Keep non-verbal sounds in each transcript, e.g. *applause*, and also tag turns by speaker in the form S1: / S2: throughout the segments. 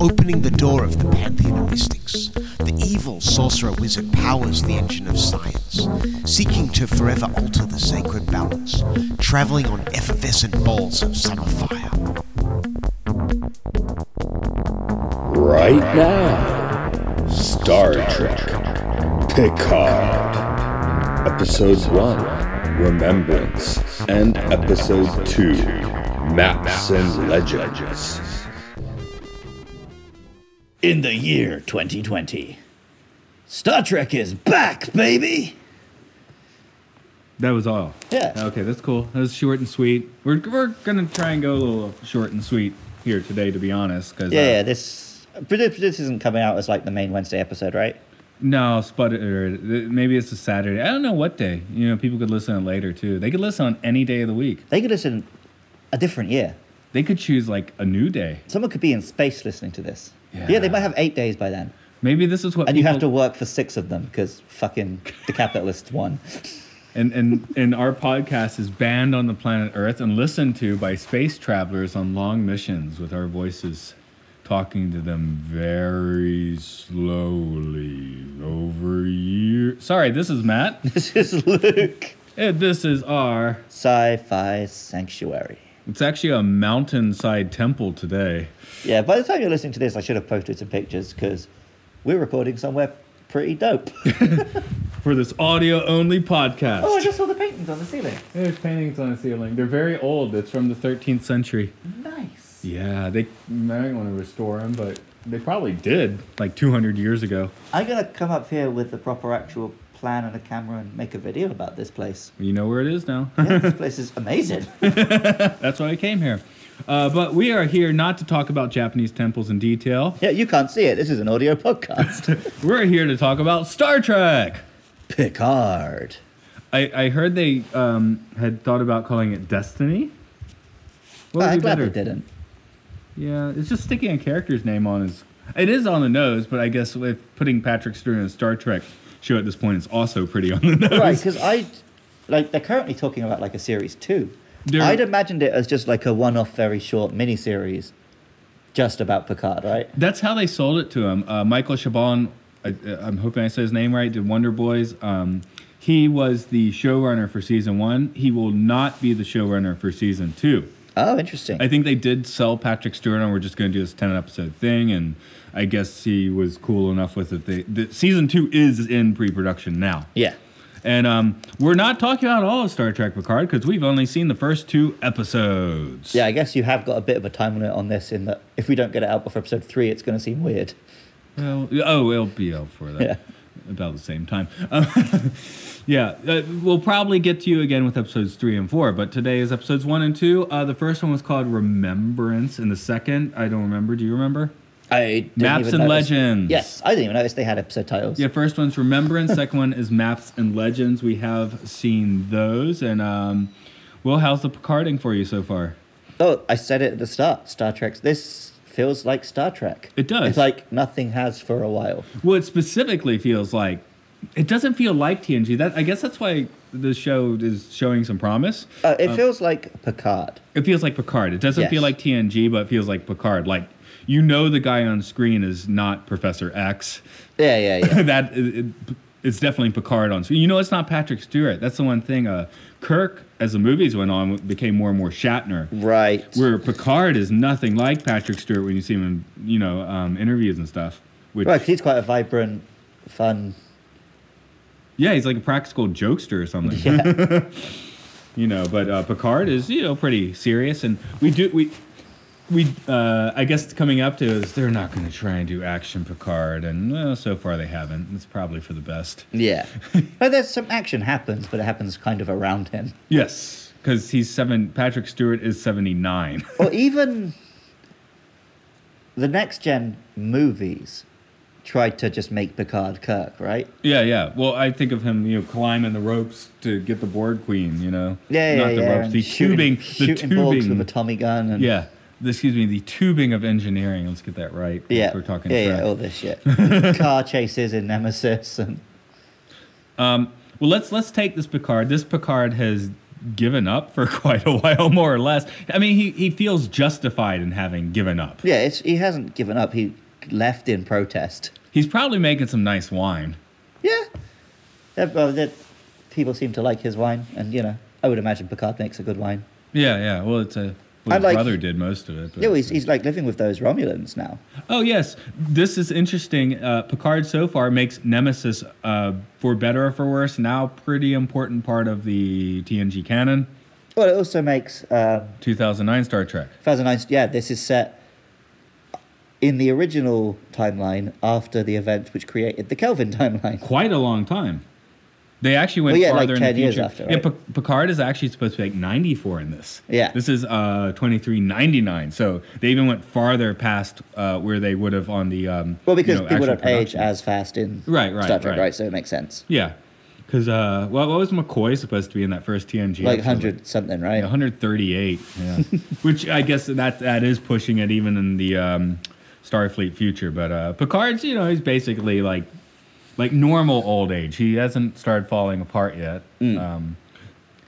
S1: Opening the door of the pantheon of mystics, the evil sorcerer wizard powers the engine of science, seeking to forever alter the sacred balance, traveling on effervescent balls of summer fire.
S2: Right now, Star Trek Picard. Episode 1, Remembrance. And Episode 2, Maps and Legends.
S3: in the year 2020. Star Trek is back, baby!
S4: That was all.
S3: Yeah.
S4: Okay, that's cool. That was short and sweet. We're, we're gonna try and go a little short and sweet here today, to be honest. Cause,
S3: Yeah,
S4: uh,
S3: yeah this, but this, this isn't coming out as like the main Wednesday episode, right?
S4: No, sputter. Maybe it's a Saturday. I don't know what day. You know, people could listen to it later too. They could listen on any day of the week.
S3: They could listen a different year.
S4: They could choose like a new day.
S3: Someone could be in space listening to this. Yeah,
S4: Yeah.
S3: they might have eight days by then.
S4: Maybe this is what.
S3: And you have to
S4: people-
S3: work for six of them because fucking the capitalists won.
S4: And and and our podcast is banned on the planet Earth and listened to by space travelers on long missions with our voices talking to them very slowly over years. Sorry, this is
S3: *laughs*
S4: Matt. *laughs*
S3: This is Luke.
S4: And this is our.
S3: Sci fi sanctuary.
S4: It's actually a mountainside temple today.
S3: Yeah, by the time you're listening to this, I should have posted some pictures because we're recording somewhere pretty dope.
S4: for this audio only podcast.
S3: *laughs* oh, I just saw the paintings on the ceiling.
S4: There's paintings on the ceiling. They're very old. It's from the 13th century.
S3: Nice.
S4: Yeah, they might want to restore them, but they probably did like 200 years ago.
S3: I'm gonna come up here with the proper actual plan and a camera and make a video about this *laughs* place.
S4: You know where it is now.
S3: Yeah, this place is amazing.
S4: *laughs* That's why I came here. Uh, but we are here not to talk about Japanese temples in detail.
S3: yeah, you can't see it. This is an audio *laughs* podcast.
S4: We're here to talk about Star Trek.
S3: Picard.
S4: I, I heard they um, had thought about calling it Destiny.
S3: Well,
S4: What would
S3: Ah, I'm
S4: be
S3: glad
S4: better?
S3: they
S4: *laughs*
S3: didn't.
S4: Yeah, it's just sticking a character's name on is. It is on the nose, but I guess with putting Patrick Stewart in a Star Trek show at this point is also pretty on the nose.
S3: Right, because I like they're currently talking about like a series two.
S4: They're-
S3: I'd imagined it as just like a one-off, very short miniseries, just about Picard, right?
S4: That's how they sold it to him. Uh, Michael Chabon, I, I'm hoping I said his name right, did Wonder Boys. Um, he was the showrunner for season one. He will not be the showrunner for season two.
S3: Oh, interesting.
S4: I think they did sell Patrick Stewart on. We're just going to do this ten episode thing, and I guess he was cool enough with it. They, the, season two is in pre production now.
S3: yeah.
S4: And um, we're not talking about all of Star Trek Picard because we've only seen the first two episodes.
S3: Yeah, I guess you have got a bit of a time limit on this in that if we don't get it out before episode three, it's going to seem weird.
S4: Well, oh, it'll be out for that.
S3: Yeah.
S4: About the same time. *laughs* Um, yeah. Uh, we'll probably get to you again with episodes three and four, but today is episodes one and two. Uh, the first one was called Remembrance, and the second, I don't remember. Do you remember?
S3: I didn't
S4: Maps
S3: even
S4: and
S3: notice.
S4: Legends.
S3: Yes, I didn't even notice they had episode titles.
S4: Yeah, first one's Remembrance, *laughs* second one is Maps and Legends. We have seen those, and um, Will, how's the Picarding for you so far?
S3: Oh, I said it at the start. Star Trek's this feels like Star Trek.
S4: It does.
S3: It's like nothing has for a while.
S4: Well, it specifically feels like it doesn't feel like TNG. That I guess that's why the show is showing some promise.
S3: Uh, it feels like Picard.
S4: It feels like Picard. It doesn't
S3: Yes.
S4: feel like TNG, but it feels like Picard. Like you know, the guy on screen is not Professor X. *laughs*
S3: Yeah, yeah, yeah.
S4: that it, it- it's definitely Picard on screen. You know, it's not Patrick Stewart. That's the one thing. Uh, Kirk, as the movies went on, became more and more Shatner.
S3: right.
S4: Where Picard is nothing like Patrick Stewart when you see him in you know um, interviews and stuff. Which
S3: Right, 'cause he's quite a vibrant, fun.
S4: *laughs* Yeah, he's like a practical jokester or something.
S3: Yeah.
S4: *laughs* You know, but uh, Picard is you know pretty serious, and we do we we uh, I guess coming up to is they're not going to try and do action Picard, and well, so far they haven't. It's probably for the best.
S3: yeah. but there's some action happens, but it happens kind of around him.
S4: Yes, because he's seven. Patrick Stewart is seventy nine.
S3: Or even the next gen movies tried to just make Picard Kirk, right?
S4: *laughs* Yeah, yeah. Well, I think of him, you know, climbing the ropes to get the board queen, you know.
S3: Yeah,
S4: Not
S3: yeah,
S4: the
S3: yeah.
S4: ropes,
S3: and
S4: the
S3: shooting,
S4: tubing, the
S3: shooting Borgs
S4: tubing.
S3: with a Tommy gun and
S4: yeah. The- excuse me, the tubing of engineering. Let's get that right. if
S3: yeah,
S4: We're talking
S3: yeah,
S4: track.
S3: yeah, all this shit.
S4: *laughs*
S3: Car chases in Nemesis and
S4: Well, let's let's take this Picard. This Picard has given up for *laughs* quite a while, more or less. I mean, he, he feels justified in having given up.
S3: yeah, it's, he hasn't given up. He left in protest.
S4: He's probably making some nice wine.
S3: Yeah, that, well, that people seem to like his wine, and you know, I would imagine Picard makes a good wine.
S4: Yeah, yeah. Well, it's a well,
S3: I
S4: his
S3: like-
S4: brother did most of it. but-
S3: Yeah, well, he's, he's like living with those Romulans now.
S4: Oh yes, this is interesting. Uh, Picard so far makes Nemesis, uh, for better or for worse, now pretty important part of the TNG canon.
S3: Well, it also makes um,
S4: 2009 Star Trek.
S3: 2009. Yeah, this is set in the original timeline after the event which created the Kelvin *laughs* timeline.
S4: Quite a long time. They actually went
S3: Well, yeah, like
S4: farther in
S3: 10
S4: the
S3: years
S4: future.
S3: after,
S4: Yeah,
S3: right?
S4: Pic- Picard is actually supposed to make 94 in this.
S3: Yeah.
S4: This is uh, 2399. So they even went farther past uh, where they would have on the. Um,
S3: Well, because
S4: you know,
S3: people
S4: actual
S3: don't age
S4: production.
S3: as fast in
S4: Right, right,
S3: Star Trek,
S4: right.
S3: right. So it makes sense.
S4: Yeah. Because uh, what, what was McCoy supposed to be in that first TNG?
S3: Like
S4: episode?
S3: hundred something, right?
S4: Yeah, 138.
S3: *laughs*
S4: Yeah, which I guess that that is pushing it even in the um, Starfleet future. But uh, Picard's, you know, he's basically like like normal old age. He hasn't started falling apart yet.
S3: Mm.
S4: Um,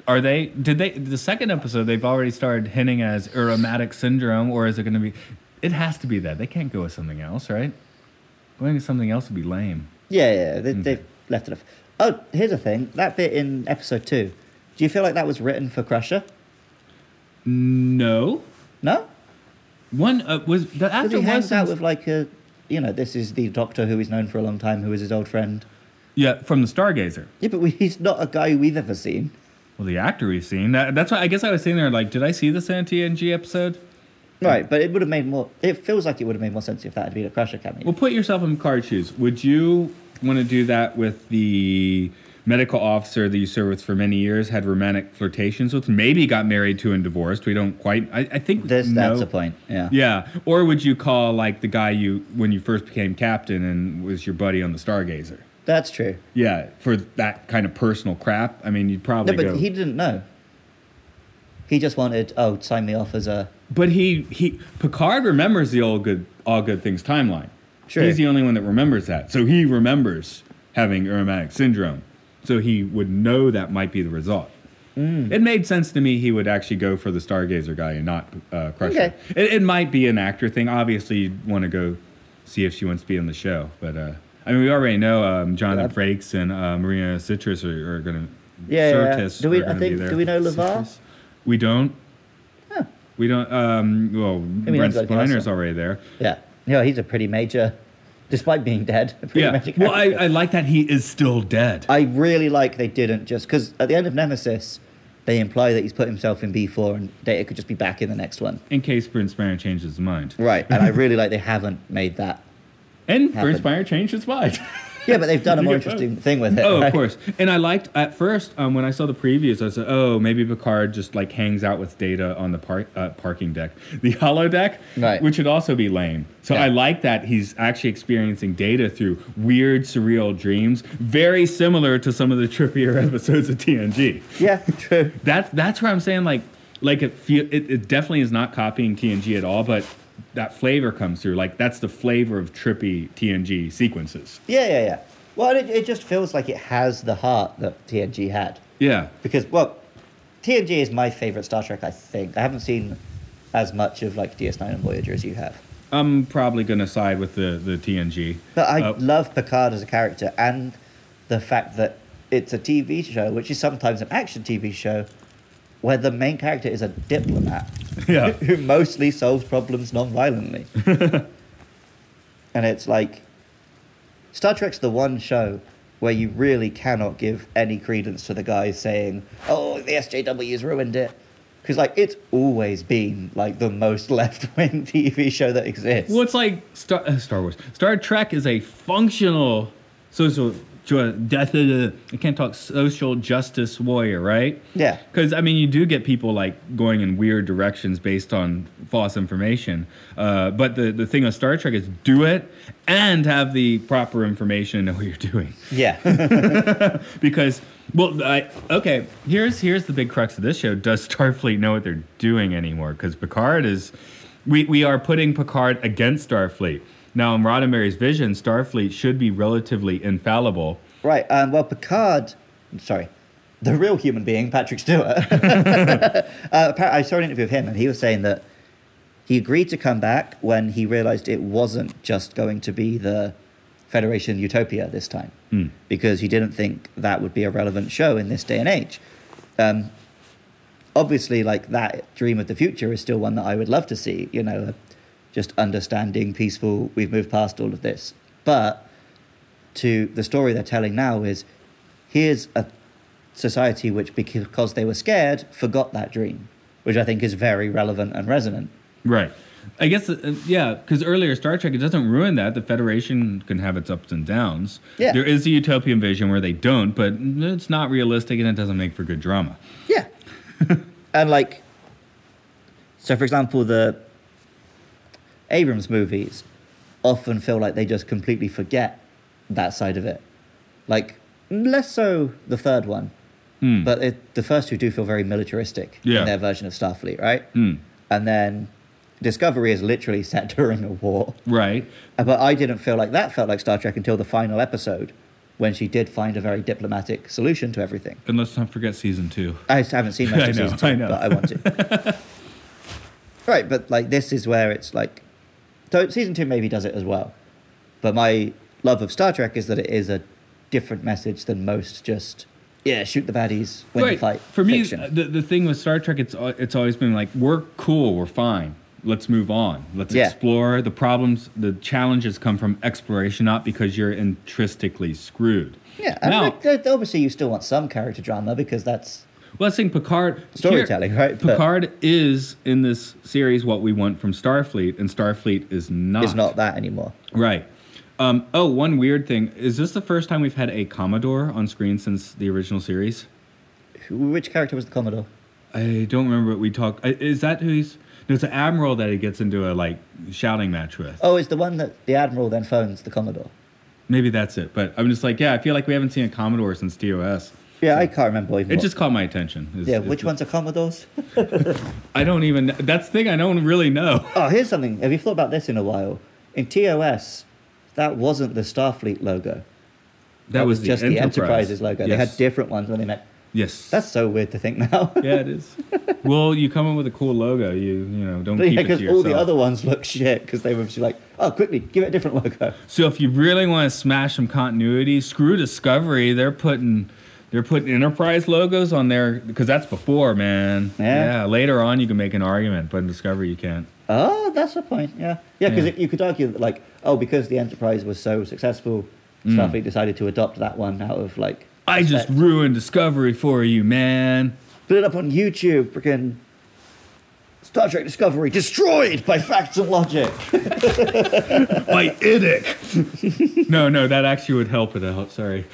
S4: are they? Did they? The second episode, they've already started hinting as aromatic syndrome, or is it going to be? It has to be that they can't go with something else, right? Going with something else would be lame.
S3: Yeah, yeah,
S4: Hmm.
S3: they, they've left it off. Oh, here's a thing. That bit in episode two. Do you feel like that was written for Crusher?
S4: No.
S3: No,
S4: One uh, was the
S3: because
S4: actor
S3: he hangs
S4: was in-
S3: out with like a, you know, this is the Doctor who he's known for a long time, who is his old friend.
S4: yeah from the Stargazer.
S3: Yeah, but we, he's not a guy we've ever seen.
S4: Well, the actor we've seen. That, that's why I guess I was sitting there like, did I see this in a TNG episode?
S3: Right, but it would have made more. It feels like it would have made more sense if that had been a Crusher cameo.
S4: Well, put yourself in card shoes. Would you want to do that with the medical officer that you served with for many years, had romantic flirtations with, maybe got married to and divorced? We don't quite. I, I think
S3: This,
S4: no.
S3: that's a point. Yeah.
S4: Yeah, or would you call like the guy you when you first became captain and was your buddy on the Stargazer?
S3: that's true.
S4: Yeah, for that kind of personal crap. I mean, you'd
S3: No,
S4: probably
S3: but
S4: go.
S3: he didn't know. He just wanted. Oh, sign me off as a.
S4: But he he Picard remembers the all good all good things timeline.
S3: Sure.
S4: He's the only one that remembers that. So he remembers having aromatic syndrome. So he would know that might be the result.
S3: Mm.
S4: It made sense to me he would actually go for the Stargazer guy and not uh, Crusher.
S3: Okay.
S4: It, it might be an actor thing. Obviously, you'd want to go see if she wants to be on the show. But uh, I mean, we already know um, Jonathan
S3: Yeah.
S4: Frakes and uh, Marina Citrus are, are going to.
S3: Yeah, yeah. Do we- I
S4: gonna be
S3: think-
S4: there.
S3: do we know LeVar?
S4: Citrus? We don't. We don't. Um, well, Brent
S3: that's like
S4: Spiner's
S3: awesome.
S4: already there.
S3: Yeah. Yeah, he's a pretty major, despite being dead. a Pretty
S4: Yeah.
S3: Major
S4: Well, I,
S3: character.
S4: I like that he is still dead.
S3: I really like they didn't just because at the end of Nemesis, they imply that he's put himself in B four and Data could just be back in the next one.
S4: in case Brent Spiner changes his mind.
S3: Right, and
S4: *laughs*
S3: I really like they haven't made that.
S4: And Brent
S3: Happened.
S4: Spiner changed
S3: *laughs*
S4: his mind.
S3: Yeah, but they've done a
S4: You
S3: more
S4: get both.
S3: interesting thing with it.
S4: Oh, of
S3: right?
S4: course. And I liked at first um, when I saw the previews, I said, "Oh, maybe Picard just like hangs out with Data on the par- uh, parking deck, *laughs* the hollow deck,
S3: Right.
S4: which would also be lame." So
S3: Yeah.
S4: I like that he's actually experiencing Data through weird, surreal dreams, very similar to some of the *laughs* trippier episodes of TNG. *laughs*
S3: Yeah, true.
S4: That's that's where I'm saying like like it feel it, it definitely is not copying TNG at all, but that flavor comes through. Like that's the flavor of trippy TNG sequences.
S3: Yeah, yeah, yeah. Well, it, it just feels like it has the heart that TNG had
S4: Yeah.
S3: because well, TNG is my favorite Star Trek. I think I haven't seen as much of like DS Nine and Voyager as you have.
S4: I'm probably gonna side with the the TNG.
S3: But I
S4: Uh,
S3: love Picard as a character and the fact that it's a TV show, which is sometimes an action TV show, where the main character is a diplomat
S4: *laughs* yeah,
S3: who mostly solves problems non-violently. and it's like Star Trek's the one show where you really cannot give any credence to the guy saying, "Oh, the SJW's ruined it." Because like it's always been like the most *laughs* left-wing TV show that exists.
S4: well, it's like Star, uh, Star Wars. Star Trek is a functional social ju- da- da- da- I can't talk social justice warrior, right?
S3: Yeah.
S4: Because I mean, you do get people like going in weird directions based on false information. Uh, but the the thing on Star Trek is do it and have the proper information and know what you're doing
S3: Yeah.
S4: because well I, okay here's here's the big crux of this show does starfleet know what they're doing anymore because picard is we, we are putting picard against starfleet now in roddenberry's vision starfleet should be relatively infallible
S3: right. Um, well, Picard, sorry, the real human being, Patrick Stewart. *laughs* uh, appa- I saw an interview with him, and he was saying that he agreed to come back when he realized it wasn't just going to be the Federation Utopia this time, because he didn't think that would be a relevant show in this day and age. Um, obviously, like that dream of the future is still one that I would love to see. You know, just understanding, peaceful. We've moved past all of this, but to the story they're telling now is here's a society which because they were scared forgot that dream which i think is very relevant and resonant
S4: right i guess uh, yeah because earlier star trek it doesn't ruin that the federation can have its ups and downs
S3: Yeah.
S4: there is a utopian vision where they don't but it's not realistic and it doesn't make for good drama
S3: Yeah. *laughs* and like, so for example, the Abrams movies often feel like they just completely forget that side of it. Like, less so the third one, but it, the first two do feel very militaristic
S4: Yeah.
S3: in their version of Starfleet, right? And then Discovery is literally *laughs* set during a war.
S4: right
S3: Uh, But I didn't feel like that felt like Star Trek until the final episode when she did find a very diplomatic solution to everything.
S4: and let's not forget season two
S3: I just haven't
S4: *laughs*
S3: seen most
S4: I
S3: of
S4: know,
S3: season two,
S4: I know.
S3: but I want to.
S4: *laughs*
S3: right, but like this is where it's like, so season two maybe does it as well, but my love of Star Trek is that it is a different message than most. Just yeah, shoot the baddies, win the fight.
S4: For me, uh,
S3: fiction.
S4: the, the thing with Star Trek, it's al- it's always been like we're cool, we're fine. Let's move on. Let's
S3: Yeah.
S4: explore the problems. The challenges come from exploration, not because you're intrinsically screwed.
S3: yeah, and
S4: Now,
S3: like, th- obviously you still want some character drama because that's
S4: well, I think Picard
S3: Storytelling,
S4: here-
S3: right? But-
S4: Picard is in this series what we want from Starfleet, and Starfleet is not.
S3: is not that anymore.
S4: Right. Um, oh, one weird thing is this the first time we've had a Commodore on screen since the original series?
S3: Who- Which character was the Commodore?
S4: I don't remember what we talked. Is that who he's? No, it's an admiral that he gets into a like shouting match with.
S3: Oh, it's the one that the admiral then phones the Commodore.
S4: Maybe that's it. But I'm just like, yeah, I feel like we haven't seen a Commodore since TOS.
S3: Yeah, I can't remember even.
S4: It
S3: what-
S4: just caught my attention. Is- *laughs*
S3: yeah,
S4: is-
S3: which ones are Commodores?
S4: I don't even. That's the thing. I don't really know.
S3: Oh, here's something. Have you thought about this in a while? In TOS, that wasn't the Starfleet logo.
S4: That, was,
S3: just the Enterprise's logo. They
S4: Yes.
S3: had different ones when they met.
S4: Yes.
S3: That's so weird to think now. *laughs*
S4: yeah, it is. well, you come in with a cool logo. You you know don't keep it to
S3: Because
S4: yourself.
S3: all the other ones look shit because they were just like, oh, quickly, give it a different logo.
S4: So if you really want to smash some continuity, screw Discovery. They're putting they're putting Enterprise logos on there because that's before, man.
S3: Yeah.
S4: Later on, you can make an argument, but in Discovery, you can't.
S3: Oh, that's a point. Yeah. Yeah, because
S4: Yeah.
S3: you could argue that, like, oh, because the Enterprise was so successful,
S4: Mm.
S3: Starfleet decided to adopt that one out of, like,
S4: I just
S3: respect.
S4: ruined Discovery for you, man.
S3: put it up on YouTube. Freaking Star Trek Discovery destroyed by facts and logic. *laughs*
S4: My idic. no, no, that actually would help it out. Sorry.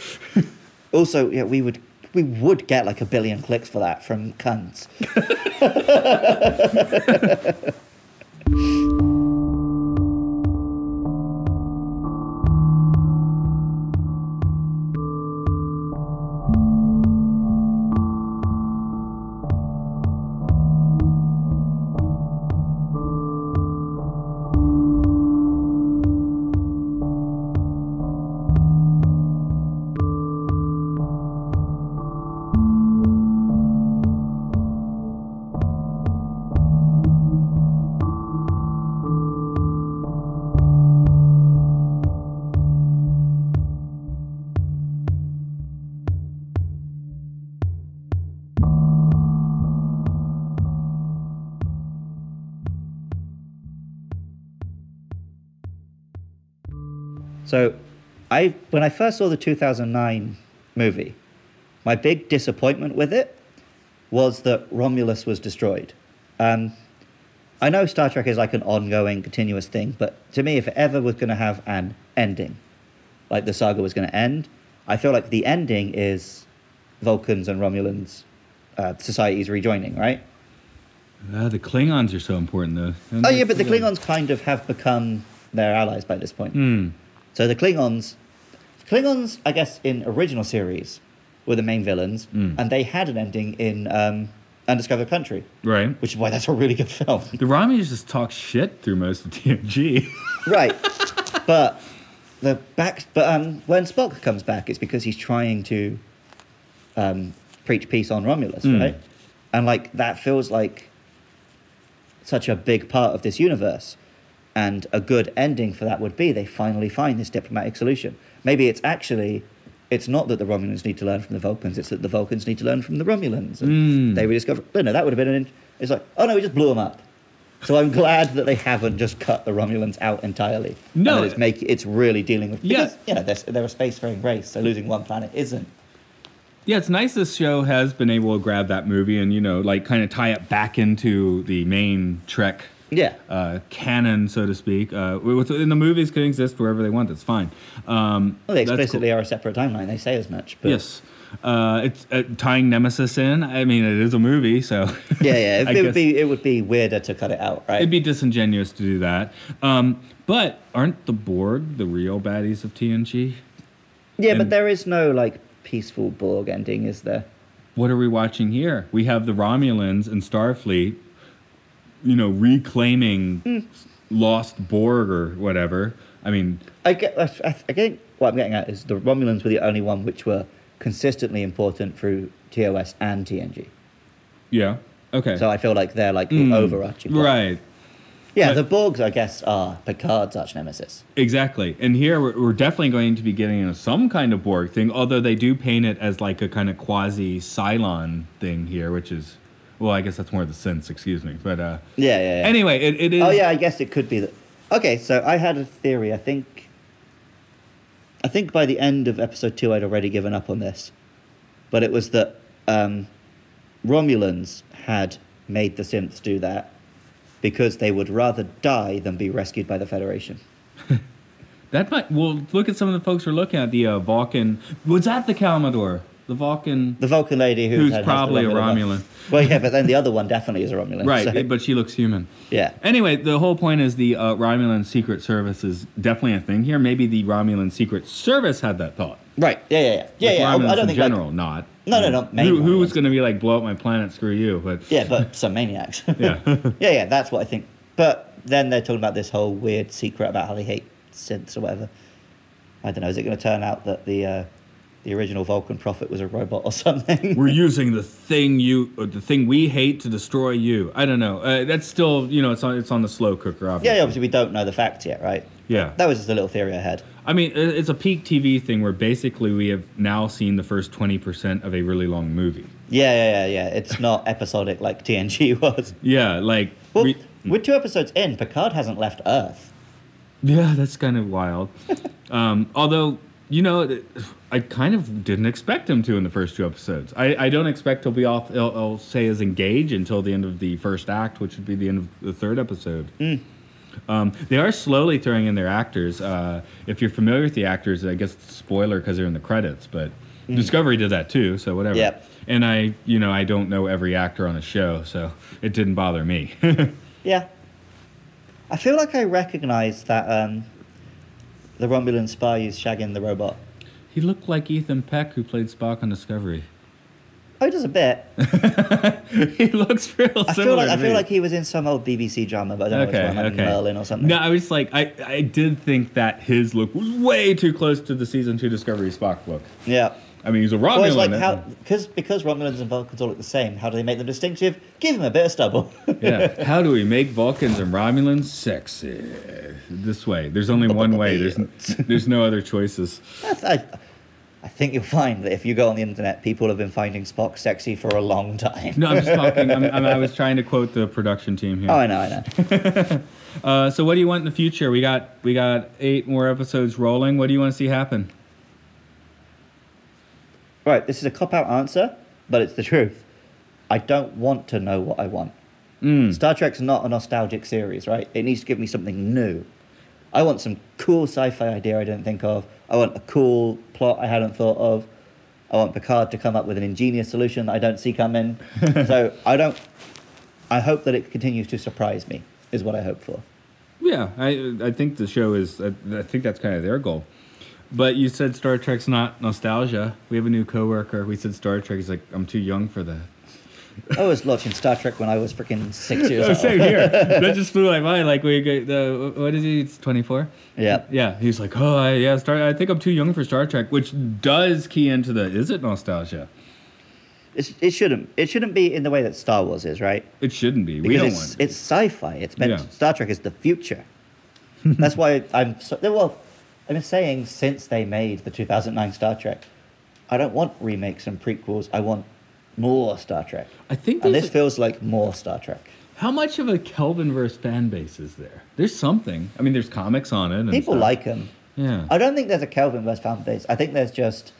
S3: Also, yeah, we would we would get like a billion clicks for that from cunts. So, I when I first saw the 2009 movie, my big disappointment with it was that Romulus was destroyed. Um, I know Star Trek is like an ongoing, continuous thing, but to me, if it ever was going to have an ending, like the saga was going to end, I feel like the ending is Vulcans and Romulans, uh, societies rejoining, right?
S4: Ah, the Klingons are so important, though.
S3: Oh yeah, but the Klingons kind of have become their allies by this point.
S4: Hmm.
S3: So the Klingons, Klingons, I guess in original series, were the main villains, and they had an ending in um, Undiscovered Country,
S4: Right.
S3: which is why that's a really good film, *laughs*
S4: The Romulans just talk shit through most of TNG.
S3: right? But the back, but um, when Spock comes back, it's because he's trying to um, preach peace on Romulus, right? And like that feels like such a big part of this universe. And a good ending for that would be they finally find this diplomatic solution. Maybe it's actually, it's not that the Romulans need to learn from the Vulcans, it's that the Vulcans need to learn from the Romulans. And they rediscover, no, no, that would have been an, in- it's like, oh no, we just blew them up. So I'm glad that they haven't just cut the Romulans out entirely. And
S4: No.
S3: that it's make it's really dealing with
S4: Yeah.
S3: because, you know they're, they're a spacefaring race, so losing one planet isn't.
S4: yeah, it's nice this show has been able to grab that movie and, you know, like kind of tie it back into the main Trek
S3: Yeah,
S4: uh, canon, so to speak. Uh, with, and the movies can exist wherever they want. That's fine. Um,
S3: well, they
S4: that's cool.
S3: explicitly are a separate timeline. They say as much. But
S4: Yes. Uh, it's uh, tying Nemesis in. I mean, it is a movie, so *laughs*
S3: yeah, yeah, it,
S4: I
S3: it
S4: guess-
S3: would be it would be weirder to cut it out, right?
S4: it'd be disingenuous to do that. Um, but aren't the Borg the real baddies of TNG?
S3: yeah, but
S4: and-
S3: there is no like peaceful Borg ending, is there?
S4: What are we watching here? We have the Romulans and Starfleet, you know, reclaiming lost Borg or whatever. I mean,
S3: I get. I, I I think what I'm getting at is the Romulans were the only one which were consistently important through TOS and TNG.
S4: yeah, okay,
S3: So I feel like they're like the overarching. one.
S4: Hmm. right.
S3: Yeah,
S4: But-
S3: the Borgs, I guess, are Picard's arch nemesis.
S4: Exactly. And here we're, we're definitely going to be getting into some kind of Borg thing, although they do paint it as like a kind of quasi Cylon thing here, which is, well, I guess that's more the sense, excuse me. But uh,
S3: Yeah, yeah. yeah.
S4: anyway, it, it is.
S3: Oh yeah, I guess it could be that. Okay, so I had a theory. I think, I think by the end of episode two, I'd already given up on this, but it was that um, Romulans had made the synths do that because they would rather die than be rescued by the Federation.
S4: That might, well, look at some of the folks we're looking at. The uh, Vulcan. Was that the Kalmador? The Vulcan.
S3: The Vulcan lady who
S4: Who's
S3: had- has the
S4: probably a
S3: one. Well, yeah, but then the other one definitely is a *laughs* Romulan.
S4: Right,
S3: so-
S4: but she looks human.
S3: yeah.
S4: Anyway, the whole point is the uh, Romulan Secret Service is definitely a thing here. Maybe the Romulan Secret Service had that thought.
S3: Right. Yeah, yeah, yeah. Yeah,
S4: With
S3: yeah. I-
S4: Romulans
S3: I don't
S4: in
S3: think like-
S4: general, not.
S3: No, no, no, main
S4: Who, who was
S3: Romulans.
S4: going to be like, blow up my planet, screw you? But
S3: yeah, but some maniacs. *laughs*
S4: yeah.
S3: Yeah, yeah, that's what I think. But then they're talking about this whole weird secret about how they hate synths or whatever. I don't know. Is it going to turn out that the uh, the original Vulcan prophet was a robot or *laughs* something?
S4: We're using the thing you, or the thing we hate to destroy you. I don't know. Uh, that's still, you know, it's on, it's on the slow cooker,
S3: yeah,
S4: obviously.
S3: yeah, obviously we don't know the facts yet, right?
S4: Yeah.
S3: That was just a little theory I had.
S4: I mean, i- it's a peak TV thing where basically we have now seen the first 20% of a really long movie.
S3: Yeah, yeah, yeah, yeah. It's not episodic like TNG *laughs* was.
S4: Yeah, like.
S3: Well,
S4: we-
S3: we're two episodes in. Picard hasn't left Earth.
S4: yeah, that's kind of *laughs* wild. um, although, you know, th- I kind of didn't expect him to in the first two episodes. I, I don't expect he'll be off, he'll, he'll say is engaged until the end of the first act, which would be the end of the third episode. Um, they are slowly throwing in their actors. Uh, if you're familiar with the actors, I guess it's a spoiler because they're in the credits, but Discovery did that too, so whatever.
S3: Yep.
S4: And I, you know, I don't know every actor on the show, so it didn't bother me. *laughs*
S3: Yeah. I feel like I recognise that um, the Romulan spy is shagging the robot.
S4: he looked like Ethan Peck, who played Spock on Discovery.
S3: Oh, he does a bit.
S4: *laughs* he looks real similar.
S3: I feel like
S4: to
S3: I feel
S4: me.
S3: like he was in some old BBC drama, but I don't know which one, like Merlin or something.
S4: No, I was like, I, I did think that his look was way too close to the season two Discovery Spock look.
S3: Yeah.
S4: I mean, he's a Romulan.
S3: Well, it's like
S4: uh,
S3: how because because Romulans and Vulcans all look the same. How do they make them distinctive? Give them a bit of stubble.
S4: *laughs*
S3: *laughs*
S4: yeah. How do we make Vulcans and Romulans sexy? This way.
S3: *laughs*
S4: There's only one way. There's there's no other choices.
S3: I, I think you'll find that if you go on the internet, people have been finding Spock sexy for a long time.
S4: No, I'm just talking. I'm, I'm, I was trying to quote the production team here.
S3: Oh, I know, I know.
S4: Uh, so, what do you want in the future? We got we got eight more episodes rolling. What do you want to see happen?
S3: right, this is a cop out answer, but it's the truth. I don't want to know
S4: Hmm.
S3: what I want. Star Trek's not a nostalgic series, right? It needs to give me something new. I want some cool sci-fi idea I didn't think of. I want a cool plot I hadn't thought of. I want Picard to come up with an ingenious solution that I don't see
S4: *laughs*
S3: coming. so I don't. I hope that it continues to surprise me. Is what I hope for.
S4: Yeah, I I think the show is. I, I think that's kind of their goal. But you said Star Trek's not nostalgia. We have a new coworker. We said Star Trek. He's like, I'm too young for that.
S3: I was watching Star Trek when I was freaking six years
S4: *laughs* *laughs* Oh,
S3: old.
S4: same here. That just blew my mind. Like we go, the what is he? It's twenty four.
S3: Yeah.
S4: Yeah. He's like, oh I, yeah, Star. I think I'm too young for Star Trek, which does key into the is it nostalgia?
S3: It's, it shouldn't. It shouldn't be in the way that Star Wars is, right?
S4: It shouldn't be. we
S3: Because
S4: don't
S3: it's,
S4: want.
S3: it's sci-fi. It's meant.
S4: Yeah.
S3: Star Trek is the
S4: *laughs*
S3: future. That's why I'm. So, well, I've been saying since they made the 2009 Star Trek, I don't want remakes and prequels. I want more Star Trek.
S4: I think
S3: And
S4: there's
S3: this
S4: a-
S3: feels like more Star Trek.
S4: how much of a Kelvinverse fan base is there? There's something. I mean, there's comics on it. And
S3: People
S4: stuff.
S3: like them.
S4: Yeah.
S3: I don't think there's a Kelvin verse fan base. I think there's just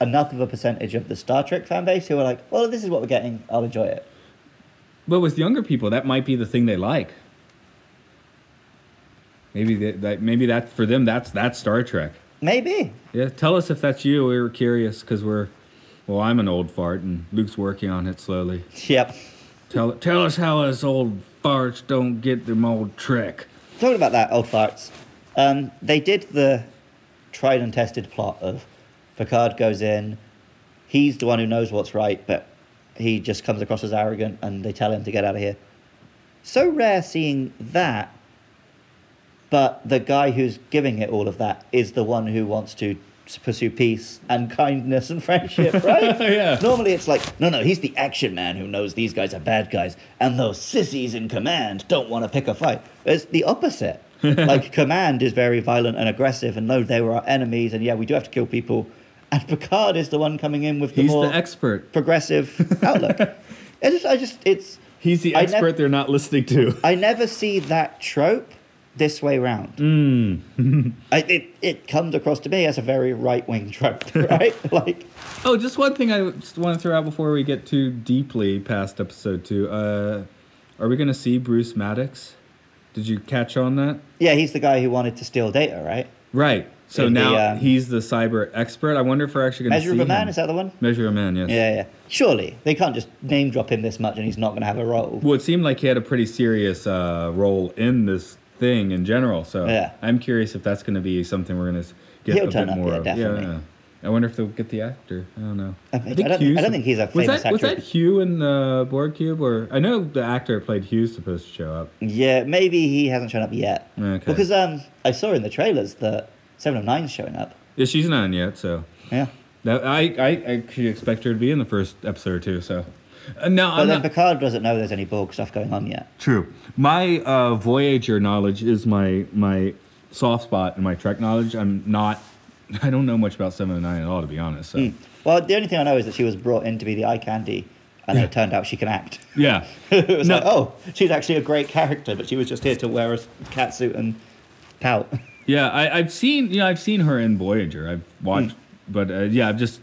S3: enough of a percentage of the Star Trek fan base who are like, well, this is what we're getting. I'll enjoy it.
S4: But with younger people, that might be the thing they like. Maybe that, that maybe that for them that's that's Star Trek.
S3: Maybe. *laughs*
S4: Yeah, tell us if that's you. We were curious because we're, well, I'm an old fart and Luke's working on it slowly.
S3: Yep.
S4: Tell tell us how us old farts don't get them old trick.
S3: Talking about that, old farts. Um, they did the tried and tested plot of Picard goes in, he's the one who knows what's right, but he just comes across as arrogant and they tell him to get out of here. So rare seeing that, but the guy who's giving it all of that is the one who wants to s- pursue peace and kindness and
S4: *laughs*
S3: friendship, right?
S4: Yeah.
S3: Normally it's like, no, no, he's the action man who knows these guys are bad guys, and those sissies in command don't want to pick a fight. It's the
S4: *laughs*
S3: opposite. like, command is very violent and aggressive, and no, they were our enemies, and yeah, we do have to kill people. And Picard is the one coming in with the
S4: He's
S3: more
S4: the expert.
S3: progressive
S4: *laughs*
S3: outlook. I just, I just, it's.
S4: He's the
S3: I nev-
S4: expert they're not listening to.
S3: I never see that trope this way round.
S4: Hmm. *laughs*
S3: I, it, it comes across to me as a very right wing trope, *laughs* right?
S4: *laughs*
S3: like,
S4: *laughs* Oh, just one thing I just want to throw out before we get too deeply past episode two. Uh, are we gonna see Bruce Maddox? Did you catch on that?
S3: yeah, he's the guy who wanted to steal data, right?
S4: Right. So
S3: In the,
S4: now
S3: um,
S4: he's the cyber expert. I wonder if we're actually gonna
S3: Measure
S4: see
S3: of a Man,
S4: him.
S3: is that the one?
S4: Measure of a man. Yes.
S3: Yeah, yeah. Surely they can't just name drop him this much and he's not going to have a role.
S4: Well, it seemed like he had a pretty serious uh, role in this thing in general. So
S3: Yeah.
S4: I'm curious if that's going to be something we're going to get
S3: He'll
S4: a
S3: turn
S4: bit
S3: up,
S4: more
S3: yeah,
S4: of.
S3: definitely.
S4: I wonder if they'll get the actor. I don't know.
S3: I think- I don't- I
S4: Hugh's-
S3: don't think he's a
S4: was
S3: famous
S4: that, Was
S3: actor.
S4: that Hugh in uh, Board Cube? Or I know the actor who played Hugh's supposed to show up.
S3: Yeah, maybe he hasn't shown up yet.
S4: Okay.
S3: Because um, I saw in the trailers that Seven of Nine's showing up.
S4: Yeah, she's not in yet, so
S3: Yeah.
S4: that, I I I could expect her to be in the first episode or two. So uh, no,
S3: But
S4: I'm
S3: then
S4: not,
S3: Picard doesn't know there's any Borg stuff going on yet.
S4: True. My uh, Voyager knowledge is my my soft spot, and my Trek knowledge. I'm not. *laughs* I don't know much about Seven and Nine at all, to be honest. So
S3: Well, the only thing I know is that she was brought in to be the eye candy, and then it turned out she can act.
S4: yeah, *laughs*
S3: *laughs* it was
S4: No.
S3: like, oh, she's actually a great character, but she was just here to wear a cat suit and pout.
S4: yeah. I, I've seen you know I've seen her in Voyager. I've watched,
S3: Hmm.
S4: but uh, yeah, I've just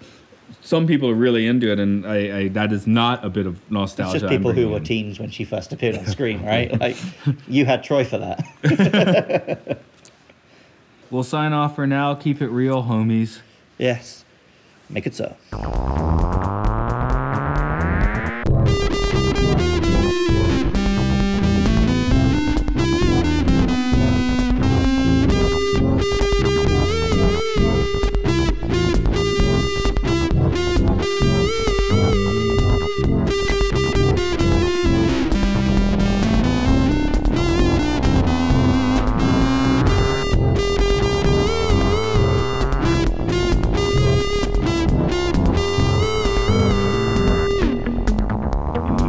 S4: some people are really into it, and I, I that is not a bit of
S3: It's
S4: nostalgia.
S3: just
S4: I'm
S3: people who
S4: bringing
S3: were
S4: in.
S3: teens when she first appeared on screen, right? Like, you had Troy for that. *laughs*
S4: We'll sign off for now. Keep it real, homies.
S3: yes. Make it so.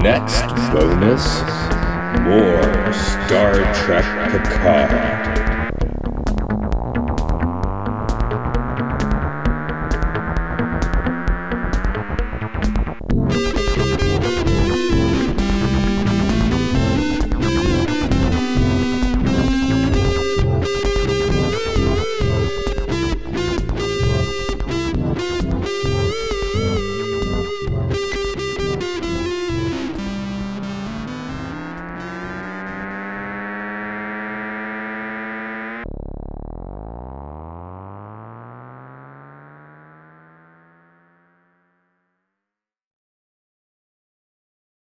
S2: Next bonus more Star Trek Picard.